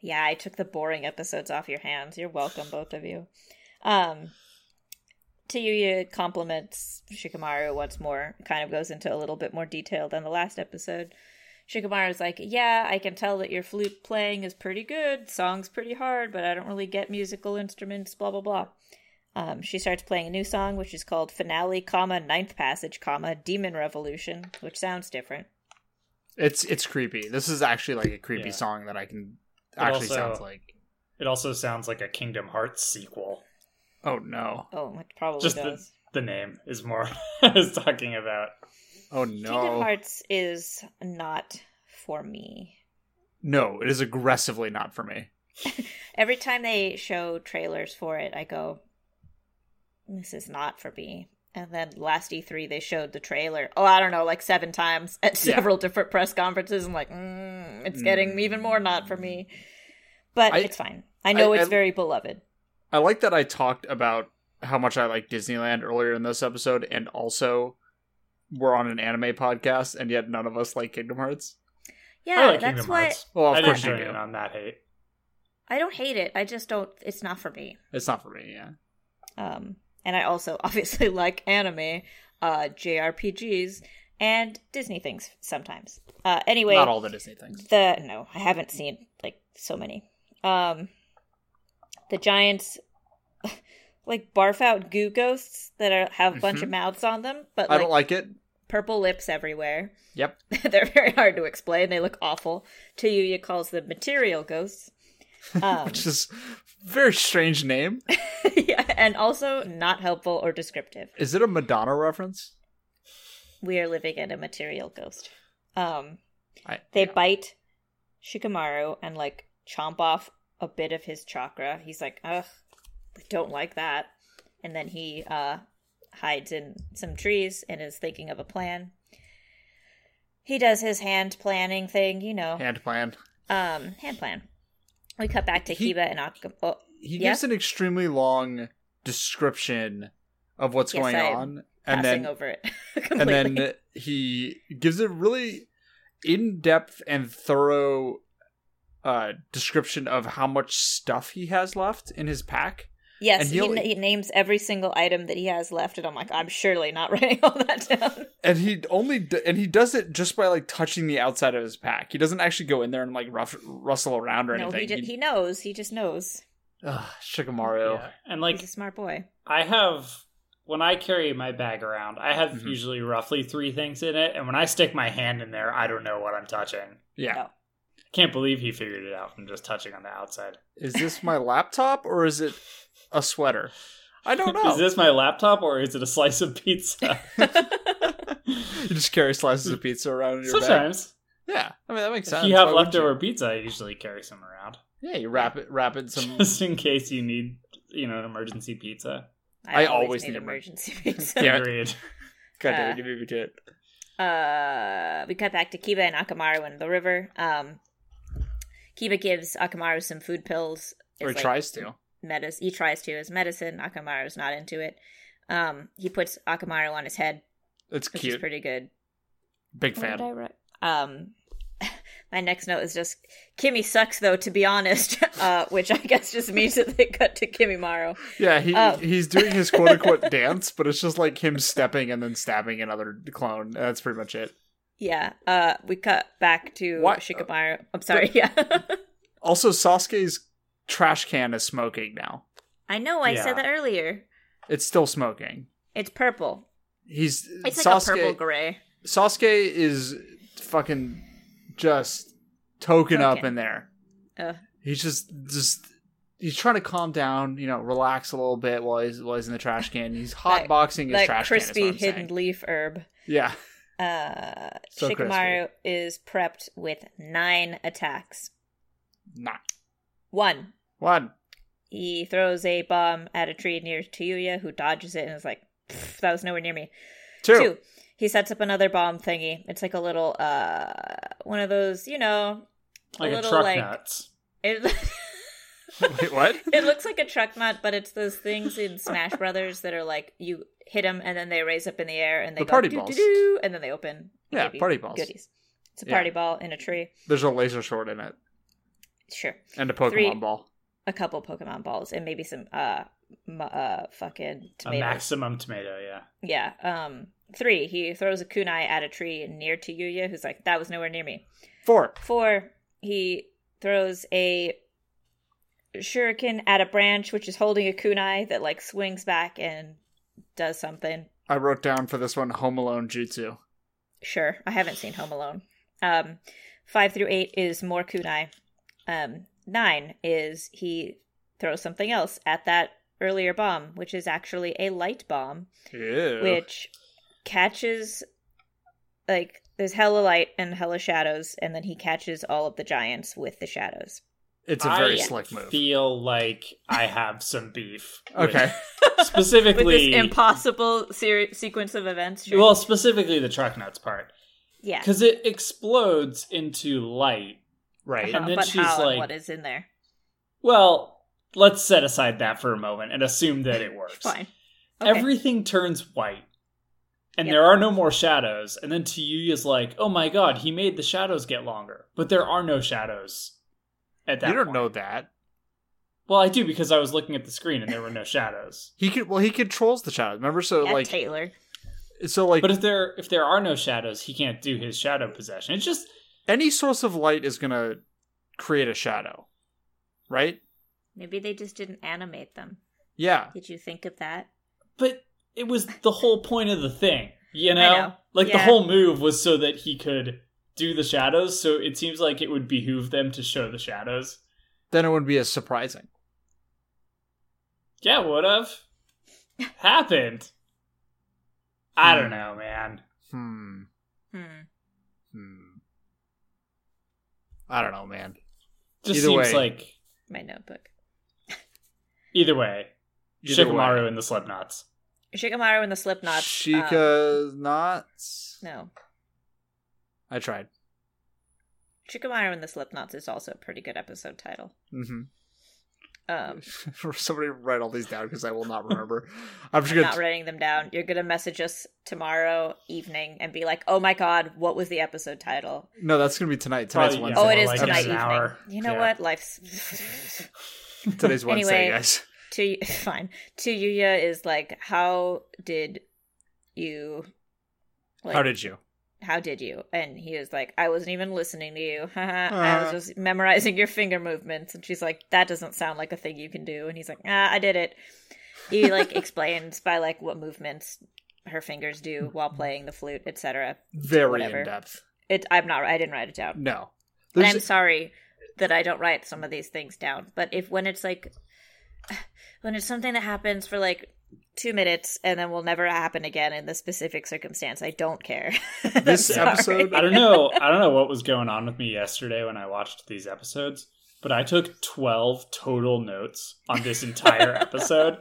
C: Yeah, I took the boring episodes off your hands. You're welcome, both of you. Um, Tayuya compliments Shikamaru once more, kind of goes into a little bit more detail than the last episode. Shikamaru's like, Yeah, I can tell that your flute playing is pretty good, song's pretty hard, but I don't really get musical instruments, blah, blah, blah. Um, she starts playing a new song, which is called Finale, comma, Ninth Passage, comma, Demon Revolution, which sounds different.
A: It's it's creepy. This is actually like a creepy
B: Yeah.
A: song that I can
B: It
A: actually
B: also-
A: sounds like.
B: It also sounds like a Kingdom Hearts sequel.
A: Oh no!
C: Oh, it probably
B: Just the-
C: does.
B: The name is more I was talking about.
A: Oh
C: Kingdom
A: no!
C: Hearts is not for me.
A: No, it is aggressively not for me.
C: Every time they show trailers for it, I go, this is not for me. And then last E3, they showed the trailer, oh, I don't know, like seven times at
A: Yeah.
C: several different press conferences. I'm like, mm, it's getting
A: Mm.
C: even more not for me. But
A: I-
C: it's fine. I know
A: I-
C: it's
A: I-
C: very beloved.
A: I like that I talked about how much I like Disneyland earlier in this episode, and also we're on an anime podcast, and yet none of us like Kingdom Hearts.
C: Yeah,
B: I like
C: that's
B: Kingdom
C: why
B: Hearts.
A: Well, of
B: I
A: course
B: didn't
A: you
B: join
A: do.
B: in on that hate.
C: I don't hate it. I just don't, it's not for me.
A: It's not for me. Yeah.
C: Um, and I also obviously like anime, uh, JRPGs, and Disney things sometimes. Uh, anyway,
A: Not all the Disney things.
C: the no, I haven't seen like so many. Um, the giants like barf out goo ghosts that are, have a bunch of mouths on them, but
A: Mm-hmm. I
C: like,
A: don't like it.
C: purple lips everywhere.
A: Yep.
C: They're very hard to explain. They look awful. Tayuya calls them material ghosts. Um,
A: Which is a very strange name.
C: yeah, and also not helpful or descriptive.
A: Is it a Madonna reference?
C: we are living in a material ghost. Um,
A: I,
C: they bite Shikamaru and like chomp off a bit of his chakra. He's like, ugh, I don't like that. And then he uh, hides in some trees and is thinking of a plan. He does his hand planning thing, you know,
A: hand plan.
C: um, hand plan. We cut back to
A: He-
C: Kiba and Akuma. Oh,
A: he
C: Yeah?
A: gives an extremely long description of what's
C: Yes,
A: going
C: I am
A: on and
C: passing
A: then
C: over it
A: and
C: completely.
A: then he gives a really in-depth and thorough uh description of how much stuff he has left in his pack
C: yes,
A: and
C: he,
A: he'll-
C: n- he names every single item that he has left, and I'm like, I'm surely not writing all that down.
A: and he only d- and he does it just by like touching the outside of his pack he doesn't actually go in there and like rough, rustle around or
C: No,
A: anything
C: he, ju-
A: He-
C: he knows. He just knows.
A: Ugh, Shikamaru.
B: Yeah. And like
C: He's a smart boy.
B: I have when I carry my bag around, I have
A: Mhm.
B: usually roughly three things in it, and when I stick my hand in there, I don't know what I'm touching.
A: Yeah.
C: No.
B: Can't believe he figured it out from just touching on the outside.
A: Is this my laptop or is it a sweater? I don't know.
B: is this my laptop or is it a slice of pizza?
A: you just carry slices of pizza around in your bag.
B: Sometimes
A: Yeah, I mean that makes
B: if
A: sense.
B: you have
A: Why wouldn't
B: leftover pizza, I usually carry some around
A: Yeah, you wrap it, wrap it in some.
B: just in case you need, you know, an emergency pizza.
A: I always need
C: emergency
A: Yeah.
C: pizza.
B: Agreed.
A: God damn it, you made me do it.
C: uh, we cut back to Kiba and Akamaru in the river. Um, Kiba gives Akamaru some food pills.
A: Or
C: It's like
A: tries to.
C: medis- he tries to as medicine. Akamaru's not into it. Um, he puts Akamaru on his head,
A: It's
C: which is
A: cute.
C: pretty good.
A: Big
C: What did
A: fan.
C: I write? Um, my next note is just Kimmy sucks though, to be honest. uh, which I guess just means that they cut to Kimmy Morrow.
A: Yeah, he
C: Oh.
A: he's doing his quote unquote dance, but it's just like him stepping and then stabbing another clone. That's pretty much it.
C: Yeah. Uh, we cut back to
A: What?
C: Shikamaru. I'm sorry. yeah.
A: Also, Sasuke's trash can is smoking now.
C: I know. I
B: Yeah.
C: said that earlier.
A: It's still smoking.
C: It's purple.
A: He's
C: It's like
A: Sasuke.
C: a purple gray.
A: Sasuke is fucking just token up
C: Token.
A: in there.
C: Ugh.
A: He's just just he's trying to calm down, you know, relax a little bit while he's while he's in the trash can. He's hotboxing boxing his
C: Like
A: trash can.
C: crispy
A: is what I'm
C: hidden
A: saying.
C: leaf herb.
A: Yeah.
C: Uh,
A: So
C: Shikamaru is prepped with nine attacks.
A: Nah.
C: One,
A: One.
C: He throws a bomb at a tree near Tuyuya, who dodges it and is like, "Pff, "That was nowhere near me."
A: Two.
C: He sets up another bomb thingy. It's like a little, uh, one of those, you know,
B: Like a,
C: little,
B: truck
C: like-
B: nuts.
C: it,
A: Wait, what?
C: it looks like a truck nut, but it's those things in Smash Brothers that are like you hit them and then they raise up in the air and they
A: The
C: go
A: party
C: doo,
A: balls.
C: doo, doo, and then they open. and
A: Yeah,
C: give you
A: party balls.
C: Goodies. It's a
A: Yeah.
C: party ball in a tree.
A: There's a laser sword in it.
C: Sure,
A: And a Pokemon
C: Three.
A: ball.
C: a couple Pokemon balls and maybe some uh, m- uh, fucking tomatoes.
B: A maximum tomato, yeah.
C: Yeah. Um. Three. He throws a kunai at a tree near to Yuya, who's like, "That was nowhere near me."
A: Four.
C: Four. He throws a shuriken at a branch which is holding a kunai that like swings back and does something.
A: I wrote down for this one Home Alone Jutsu.
C: Sure, I haven't seen Home Alone. Um, five through eight is more kunai. Um, nine is he throws something else at that earlier bomb, which is actually a light bomb.
A: Ew.
C: which catches like there's hella light and hella shadows, and then he catches all of the giants with the shadows.
A: it's a very
B: I
A: slick move.
B: feel like I have some beef. with-
A: Okay.
B: specifically,
C: With this impossible ser- sequence of events, sure.
B: well, specifically the truck nuts part,
C: yeah,
B: because it explodes into light.
A: right.
B: and then
C: but
B: she's
C: how and
B: like-
C: what is in there?
B: Well, let's set aside that for a moment and assume that it works.
C: Fine. Okay.
B: Everything turns white, and
C: Yep.
B: there are no more shadows. And then Tiyuya's like, "Oh my god, he made the shadows get longer," but there are no shadows. At that,
A: You don't
B: point.
A: know that.
B: Well, I do because I was looking at the screen and there were no shadows.
A: He could well he controls the shadows. Remember so
C: yeah,
A: like
C: Taylor.
A: so like
B: But if there if there are no shadows, he can't do his shadow possession. It's just
A: any source of light is going to create a shadow, right?
C: Maybe they just didn't animate them.
A: Yeah.
C: Did you think of that?
B: but it was the whole point of the thing, you know?
C: know.
B: Like the
C: Yeah.
B: whole move was so that he could do the shadows, so it seems like it would behoove them to show the shadows.
A: Then it wouldn't be as surprising.
B: Yeah, would have happened. I don't know, man.
A: Hmm.
C: Hmm.
A: Hmm. I don't know, man.
B: Just
A: Either way.
B: seems like
C: My notebook.
B: either way,
A: Either
B: Shikamaru
A: way.
B: and the Slipknots.
C: Shikamaru and the Slipknots. um,
A: Shika knots.
C: no,
A: I tried.
C: Shikamaru and the Slipknots is also a pretty good episode title.
A: Mm-hmm.
C: Um,
A: Somebody write all these down because I will not remember. I'm just
C: I'm
A: gonna.
C: not writing them down. You're gonna message us tomorrow evening and be like, "Oh my god, what was the episode title?"
A: no, that's gonna be tonight. Tonight's
B: Probably, yeah.
A: Wednesday.
C: oh, it is
B: like
C: tonight
B: an
C: evening.
B: hour.
C: You know
B: Yeah.
C: what? Life's
A: Today's Wednesday,
C: Anyway.
A: guys.
C: to fine. To Yuya is like, "How did you?" Like,
A: How did you?
C: how did you? And he was like, I wasn't even listening to you. I was just memorizing your finger movements. And she's like, that doesn't sound like a thing you can do. And he's like, ah, I did it. He like explains by like what movements her fingers do while playing the flute, etc.
A: Very
C: Whatever.
A: in depth.
C: It I'm not I didn't write it down.
A: No.
C: And
A: There's-
C: I'm sorry that I don't write some of these things down, but if when it's like when it's something that happens for like two minutes and then will never happen again in this specific circumstance, I don't care. I'm
A: This
C: sorry.
A: episode-
B: I don't know. I don't know what was going on with me yesterday when I watched these episodes, but I took 12 total notes on this entire episode.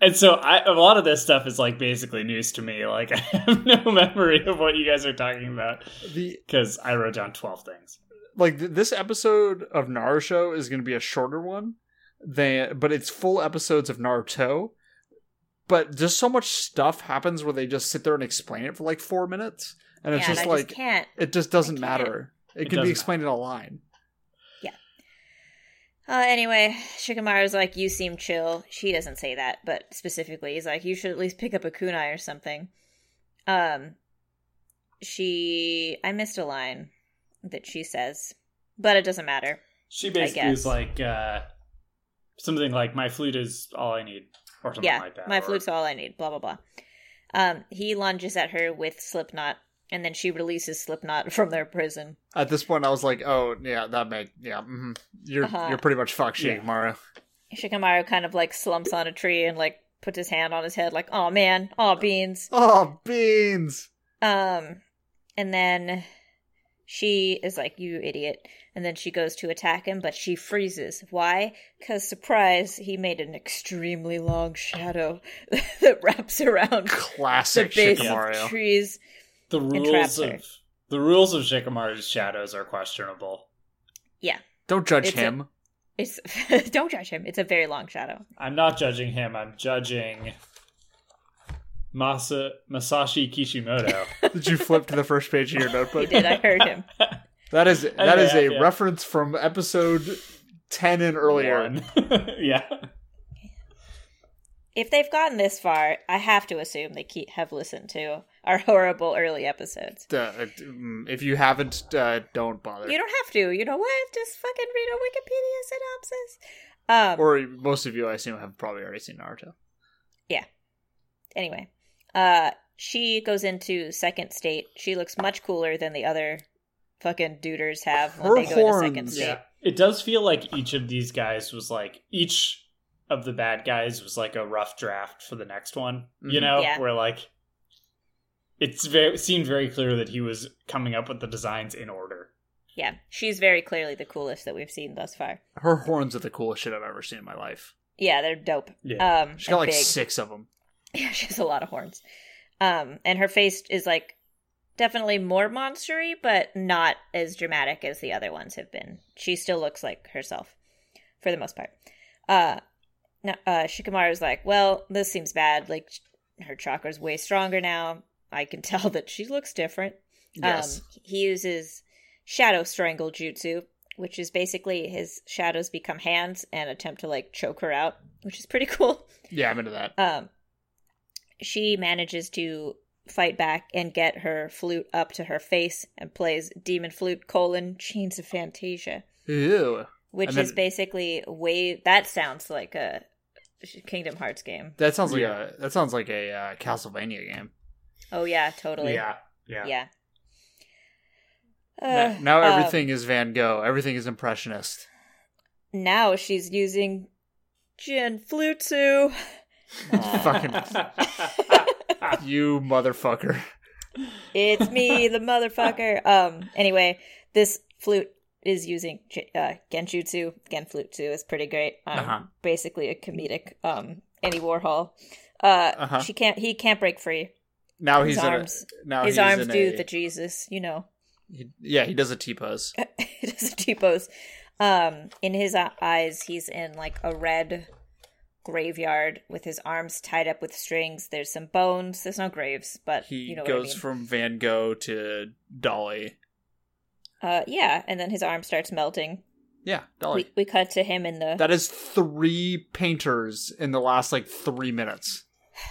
B: And so I, a lot of this stuff is like basically news to me. Like I have no memory of what you guys are talking about
A: the
B: because I wrote down 12 things.
A: like th- this episode of Naruto is going to be a shorter one than but it's full episodes of Naruto but just so much stuff happens where they just sit there and explain it for like 4 minutes and
C: Yeah,
A: it's
C: and
A: just
C: I
A: like
C: just can't.
A: it just doesn't
C: I can't.
A: matter it,
B: It
A: can
B: doesn't
A: be explained in a line
C: Uh, anyway, Shikamaru's like, you seem chill. She doesn't say that, but specifically, he's like, you should at least pick up a kunai or something. Um, she, I missed a line that she says, but it doesn't matter.
B: She basically
C: guess.
B: is like uh, something like my flute is all I need or something
C: yeah,
B: like that.
C: my
B: or-
C: flute's all I need. Blah blah blah. Um, he lunges at her with Slipknot, and then she releases Slipknot from their prison.
A: at this point i was like oh yeah that make yeah hmm you're
C: Uh-huh.
A: you're pretty much fucked
B: Yeah.
A: Shikamaru
C: Shikamaru kind of like slumps on a tree and like puts his hand on his head, like, "Oh man, oh beans."
A: oh beans
C: Um, and then she is like, "You idiot!" And then she goes to attack him, but she freezes. Why? Because surprise, he made an extremely long shadow that wraps around the
A: classic
C: base of
A: Shikamaru
C: trees.
B: the
C: traps
B: rules
C: her.
B: of the rules of Shikamaru's shadows are questionable.
A: don't judge
C: It's a-
A: him
C: It's don't judge him. It's a very long shadow.
B: I'm not judging him. I'm judging Masa Masashi Kishimoto.
A: did you flip to the first page of your
C: He
A: notebook
C: did. I heard him.
A: That is that is
B: yeah,
A: a
B: yeah.
A: reference from episode ten and earlier.
B: One. yeah.
C: If they've gotten this far, I have to assume they keep, have listened to our horrible early episodes.
A: Uh, mm, if you haven't, uh, don't bother.
C: You don't have to. You know what? Just fucking read a Wikipedia synopsis. Um,
A: or most of you, I assume, have probably already seen Naruto.
C: anyway, uh, she goes into second state. She looks much cooler than the other fucking duders have when
A: Her
C: they go into second
A: horns.
C: state.
B: Yeah. It does feel like each of these guys was like each of the bad guys was like a rough draft for the next one. You
A: Mhm.
B: know,
C: Yeah.
B: where like it's very it seemed very clear that he was coming up with the designs in order.
C: Yeah, she's very clearly the coolest that we've seen thus far.
A: Her horns are the coolest shit I've ever seen in my life.
C: Yeah, they're dope.
B: Yeah.
C: Um,
A: She's got
C: and
A: like
C: big.
A: six of
C: Um,
A: them.
C: Yeah, she has a lot of horns. Um, and her face is like definitely more monstery, but not as dramatic as the other ones have been. She still looks like herself for the most part. Uh, no, uh, Shikamaru's like, well, this seems bad. Like her chakra's way stronger now. I can tell that she looks different.
A: Yes,
C: Um, he uses shadow strangle jutsu, which is basically his shadows become hands and attempt to like choke her out, which is pretty cool.
A: yeah, I'm into that.
C: Um, she manages to fight back and get her flute up to her face and plays Demon Flute colon Chains of Fantasia,
A: Ew,
C: which
A: And then-
C: is basically wave. That sounds like a Kingdom Hearts game.
A: that sounds like
B: Yeah.
A: a that sounds like a uh, Castlevania game.
C: Oh yeah, totally.
B: Yeah. Yeah.
C: Yeah.
A: Now-
C: Uh,
A: now
C: um,
A: everything is Van Gogh. Everything is impressionist.
C: now she's using Jin Flutsu.
A: Fucking
C: Ah.
A: you, motherfucker.
C: It's me, the motherfucker. Um. Anyway, this flute is using uh, genjutsu. Genflutsu is pretty great. Um,
A: Uh-huh.
C: Basically, a comedic um Andy Warhol. Uh,
A: Uh-huh.
C: she can't. He can't break free.
A: Now
C: His
A: he's
C: arms.
A: in a now
C: His
A: he's
C: arms
A: in
C: do
A: a-
C: the Jesus. You know,
A: he- yeah, he does a T pose.
C: it is a t-pose. Um, in his uh, eyes, he's in like a red graveyard with his arms tied up with strings. There's some bones. There's no graves, but
A: he
C: you know what I
A: goes
C: mean.
A: from Van Gogh to Dolly.
C: uh, yeah, and then his arm starts melting.
A: Yeah,
C: We,
A: Dolly.
C: we cut to him in the
A: Oh, that is three painters in the last like three minutes.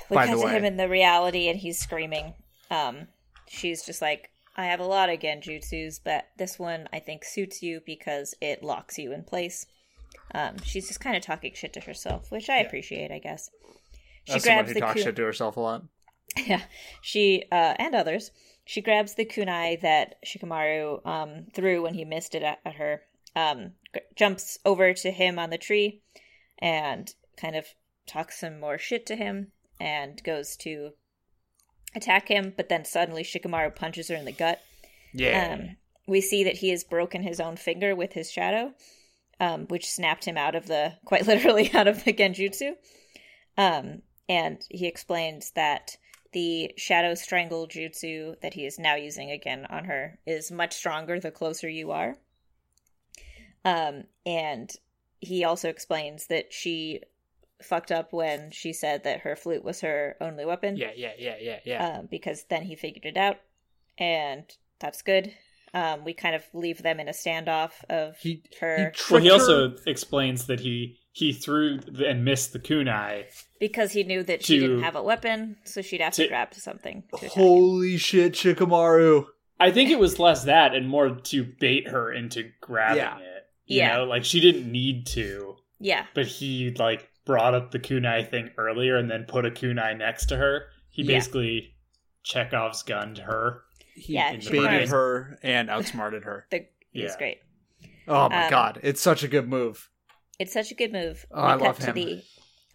C: we
A: by
C: cut
A: the
C: to
A: way.
C: him in the reality and he's screaming um she's just like I have a lot of genjutsus, but this one I think suits you because it locks you in place. Um, she's just kind of talking shit to herself, which I
A: Yeah.
C: appreciate, I guess. She
A: That's someone
C: grabs
A: who
C: the
A: talks
C: kun-
A: shit to herself a lot.
C: yeah, she uh, and others. She grabs the kunai that Shikamaru um, threw when he missed it at, at her. Um, g- jumps over to him on the tree, and kind of talks some more shit to him, and goes to attack him. But then suddenly Shikamaru punches her in the gut.
A: Yeah.
C: Um, we see that he has broken his own finger with his shadow, um, which snapped him out of the quite literally out of the genjutsu. Um, and he explains that the shadow strangle jutsu that he is now using again on her is much stronger the closer you are. Um, and he also explains that she fucked up when she said that her flute was her only weapon
A: yeah, yeah, yeah, yeah, yeah.
C: um, because then he figured it out, and that's good. Um, we kind of leave them in a standoff of
A: he
C: uh, her
B: Well, he
A: tricked
B: also
A: her.
B: explains that he he threw the, and missed the kunai.
C: because he knew that she
B: to-
C: didn't have a weapon, so she'd have to,
B: to-
C: grab something. To attack him.
A: Holy shit, Shikamaru.
B: I think it was less that and more to bait her into grabbing
A: Yeah.
B: it. You
C: Yeah.
B: know, like she didn't need to,
C: yeah,
B: but he like brought up the kunai thing earlier and then put a kunai next to her. He
C: Yeah.
B: basically Chekhov's gunned her.
A: He
C: Yeah,
B: Shikamaru.
A: baited her and outsmarted her.
C: the, it was
B: Yeah.
C: great.
A: Oh my
C: Um,
A: god, it's such a good move.
C: It's such a good move.
A: Oh, I love
C: to
A: him.
C: the,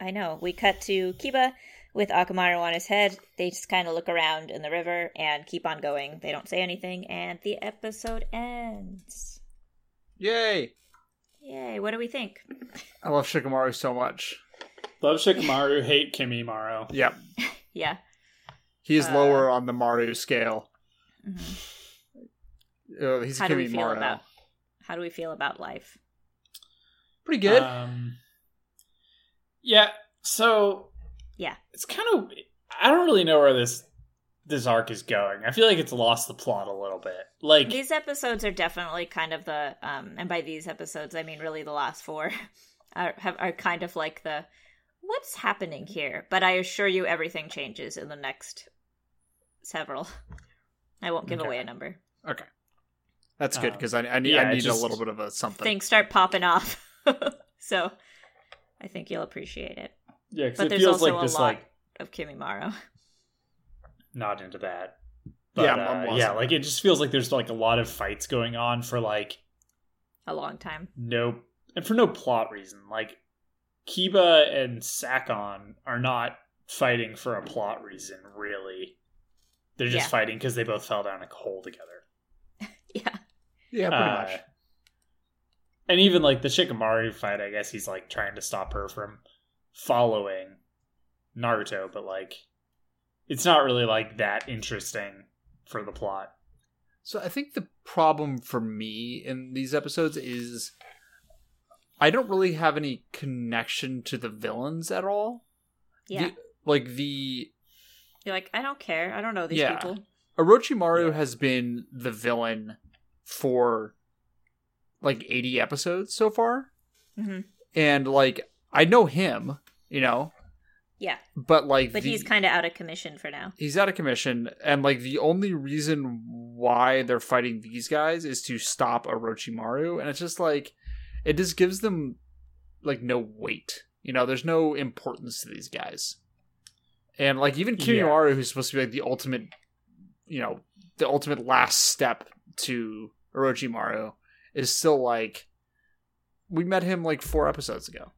C: I know. We cut to Kiba with Akamaru on his head. They just kind of look around in the river and keep on going. They don't say anything, and the episode ends.
A: Yay!
C: Yay! What do we think?
A: I love Shikamaru so much.
B: Love Shikamaru, hate Kimi Maro.
A: Yep.
C: Yeah.
A: He is
C: Uh,
A: lower on the Maru scale.
C: Mhm.
A: Uh, he's
C: How do we
A: Kimi
C: feel
A: Maru.
C: about? How do we feel about life?
A: Pretty good.
B: Um, yeah. So
C: Yeah.
B: it's kind of I don't really know where this this arc is going. I feel like it's lost the plot a little bit. Like
C: These episodes are definitely kind of the, um, and by these episodes I mean really the last four, are have, are kind of like the what's happening here. But I assure you, everything changes in the next several. I won't give
B: Okay.
C: away a number.
A: okay. That's good
B: um,
A: because I, I need,
B: yeah,
A: I
B: it
A: need
B: just-
A: a little bit of a something.
C: Things start popping off, so I think you'll appreciate it.
B: yeah, because
C: But
B: it
C: there's
B: feels
C: also
B: like
C: a
B: this
C: lot
B: like
C: of Kimimaro.
B: not into that. But,
A: Yeah,
B: yeah,
A: I'm- I'm lost.
B: yeah, like it just feels like there's like a lot of fights going on for like
C: A long time.
B: no and for no plot reason. Like Kiba and Sakon are not fighting for a plot reason, really. They're just
C: Yeah.
B: fighting because they both fell down a hole together.
C: Yeah.
A: yeah, pretty
B: Uh,
A: much.
B: And even like the Shikamaru fight, I guess he's like trying to stop her from following Naruto, but like it's not really like that interesting for the plot.
A: So I think the problem for me in these episodes is I don't really have any connection to the villains at all.
C: Yeah.
A: The- like the
C: You're like, I don't care. I don't know these
A: Yeah.
C: people.
A: Orochimaru
B: Yeah.
A: has been the villain for like 80 episodes so far.
C: hmm
A: And like I know him, you know,
C: Yeah,
A: but like
C: but
A: the-
C: he's kind of out of commission for now.
A: he's out of commission and like the only reason why they're fighting these guys is to stop orochimaru and it's just like it just gives them like no weight you know there's no importance to these guys and like even
B: Yeah.
A: kimimaru who's supposed to be like the ultimate you know the ultimate last step to orochimaru is still like we met him like four episodes ago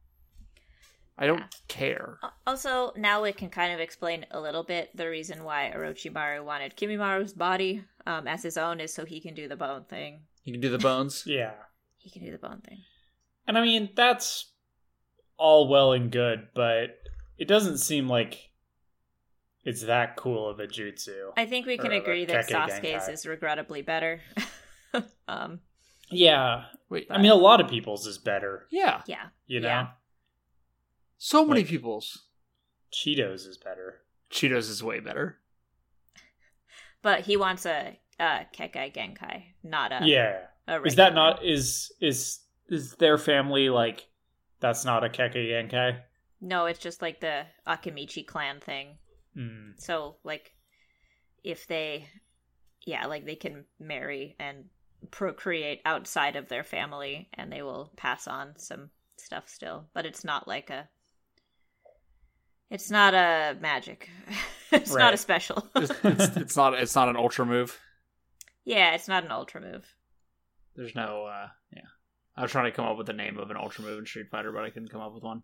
A: i don't
C: Yeah.
A: care
C: Al- Also, now we can kind of explain a little bit the reason why Orochimaru wanted Kimimaru's body um, as his own is so he can do the bone thing.
A: you can do the bones
B: Yeah.
C: He can do the bone thing.
B: And I mean, that's all well and good, but it doesn't seem like it's that cool of a jutsu.
C: I think we can
B: Or the
C: agree that
B: Kekkei
C: Sasuke's
B: Genkai.
C: is regrettably better. um,
B: yeah.
A: wait
B: I mean, a lot of people's is better,
A: yeah
C: yeah,
B: you know?
C: Yeah.
A: So many
B: Like-
A: people's.
B: Cheetos is better.
A: Cheetos is way better.
C: but he wants a, a Kekkei Genkai, not a
B: yeah.
C: a
B: Is that
C: regular.
B: not is is is their family like that's not a Kekkei Genkai?
C: No, it's just like the
B: Hmm.
C: Akamichi clan thing.
B: Mm.
C: So like if they yeah, like they can marry and procreate outside of their family and they will pass on some stuff still, but it's not like a it's not a magic. it's not a
B: Right.
C: special.
A: It's, it's, it's not it's not an ultra move.
C: yeah, it's not an ultra move.
A: There's no uh yeah. I was trying to come up with the name of an ultra move in Street Fighter, but I couldn't come up with one.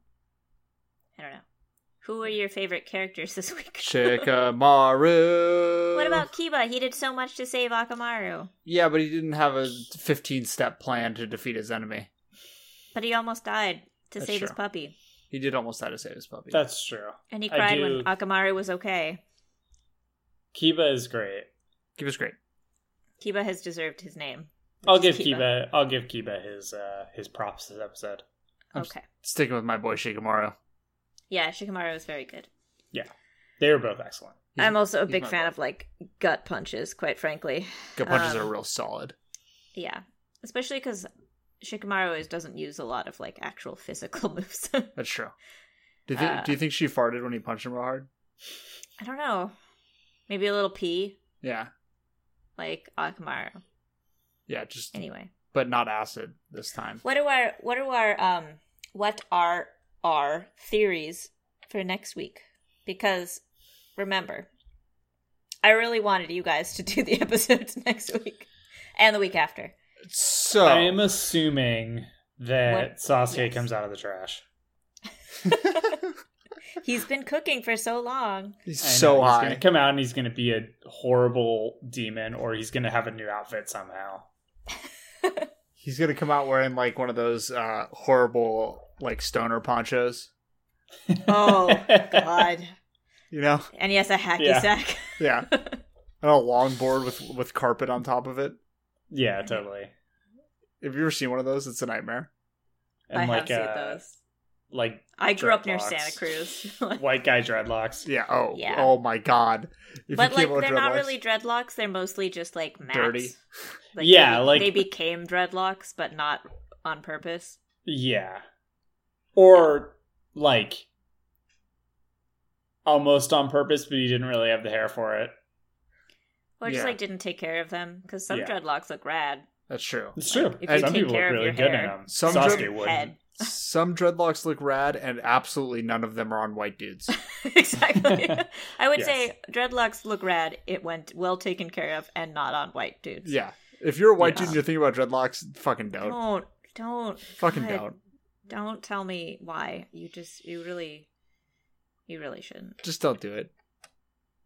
C: I don't know. Who were your favorite characters this week?
A: Shikamaru.
C: what about Kiba? He did so much to save Akamaru,
A: Yeah, but he didn't have a 15 step plan to defeat his enemy.
C: but he almost died to
A: That's
C: save his
A: true.
C: puppy.
A: He did almost die to save his puppy.
B: That's true.
C: And he
B: I
C: cried
B: do-
C: when Akamaru was okay.
B: Kiba is great.
A: Kiba's great.
C: Kiba has deserved his name.
B: I'll give
C: Just Kiba.
B: Kiba. I'll give Kiba his uh, his props this episode.
A: I'm
C: okay.
A: Sticking with my boy Shikamaru.
C: Yeah, Shikamaru is very good.
B: They were both excellent.
A: He's-
C: I'm also a
A: he's
C: big
A: my
C: fan
A: boy.
C: of like gut punches, quite frankly.
A: Gut punches
C: um,
A: are real solid.
C: Yeah, especially because Shikamaru is, doesn't use a lot of like actual physical moves.
A: That's true. Do you, thi-
C: uh,
A: do you think she farted when he punched him real hard?
C: I don't know. Maybe a little pee,
A: Yeah.
C: like Akamaru.
A: Yeah, just,
C: Anyway,
A: but not acid this time.
C: what are our what are our um what are our theories for next week? Because remember, I really wanted you guys to do the episodes next week and the week after.
A: So,
B: I am assuming that
C: What?
B: Sasuke
C: Yes.
B: comes out of the trash.
C: He's been cooking for so long.
A: he's
B: I know
A: so
B: he's
A: high.
B: Gonna come out and he's gonna be a horrible demon, or he's gonna have a new outfit somehow.
A: he's going to come out wearing like one of those uh, horrible like stoner ponchos,
C: Oh God!
A: you know?
C: And yes, a hacky
B: Yeah.
C: sack.
A: Yeah. and a longboard with, with carpet on top of it.
B: yeah, totally.
A: Have you ever seen one of those? It's a nightmare.
B: And
C: I
B: like
C: have
B: uh,
C: seen those.
B: like
C: I grew up near
B: dreadlocks.
C: Santa Cruz.
B: white guy dreadlocks.
A: Yeah. Oh.
C: Yeah.
A: Oh my God. If
C: but
A: you
C: like
A: came with
C: they're not
A: dreadlocks-
C: really dreadlocks, they're mostly just like mats.
A: Dirty.
C: Like,
B: Yeah,
C: they,
B: like-
C: they became dreadlocks, but not on purpose.
B: Yeah. Or like almost on purpose, but he didn't really have the hair for it.
C: Or just
A: Yeah.
C: like didn't take care of them. Because some
B: Yeah.
C: dreadlocks look rad.
A: That's true.
B: It's true.
C: If you
B: Some
C: take
B: people
C: care
B: look
C: of
B: really
C: your
B: good
C: hair,
B: in them.
A: Some
B: Sasuke
A: dread-
B: wouldn't.
C: Head.
A: Some dreadlocks look rad, and absolutely none of them are on white dudes.
C: exactly. I would
B: Yes.
C: say dreadlocks look rad it went well taken care of and not on white dudes.
A: yeah. If you're a white
B: Yeah.
A: dude and you're thinking about dreadlocks, fucking don't.
C: Don't don't
A: Fucking
C: God.
A: don't.
C: Don't tell me why. You just you really you really shouldn't.
A: Just don't do it.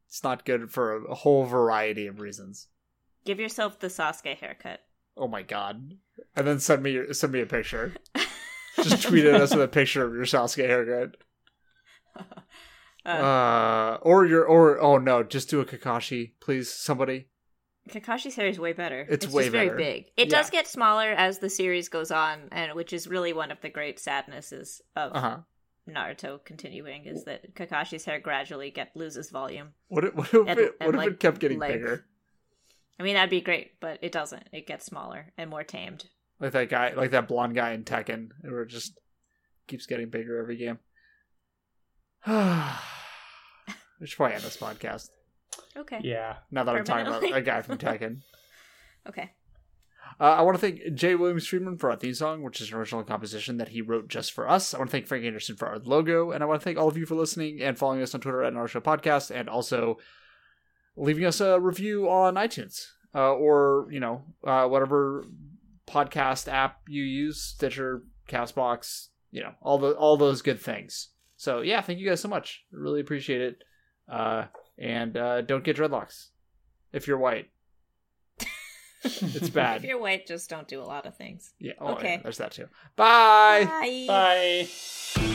A: It's not good for a, a whole variety of reasons.
C: Give yourself the Sasuke haircut.
A: Oh my god. And then send me your, send me a picture. Just tweet at us with a picture of your Sasuke haircut.
C: Uh,
A: Uh, or your or oh no, just do a Kakashi, please, somebody.
C: Kakashi's hair is way better.
A: It's
C: It's,
A: way
C: just very
A: better.
C: big. It
A: Yeah.
C: does get smaller as the series goes on, and which is really one of the great sadnesses of
A: Uh huh.
C: Naruto continuing is that Kakashi's hair gradually get loses volume.
A: What if, what if,
C: And-
A: it,
C: and,
A: what if
C: like,
A: it kept getting
C: length.
A: bigger?
C: I mean, that'd be great, but it doesn't. It gets smaller and more tamed.
A: Like that guy, like that blonde guy in Tekken, where it just keeps getting bigger every game. we should probably end this podcast
C: Okay.
B: Yeah.
A: now that I'm talking about a
C: Permanently.
A: guy from Tekken.
C: Okay.
A: Uh, I want to thank Jay Williams Friedman for our theme song, which is an original composition that he wrote just for us. I want to thank Frank Anderson for our logo, and I want to thank all of you for listening and following us on Twitter at Our Show Podcast, and also leaving us a review on iTunes uh, or you know uh, whatever podcast app you use, Stitcher, Castbox, you know all the all those good things. So yeah, thank you guys so much. I Really appreciate it. Uh, and uh, don't get dreadlocks if you're white. It's bad.
C: If you're white, just don't do a lot of things.
A: Yeah. Oh,
C: Okay.
A: yeah, there's that too. Bye.
C: Bye.
B: Bye.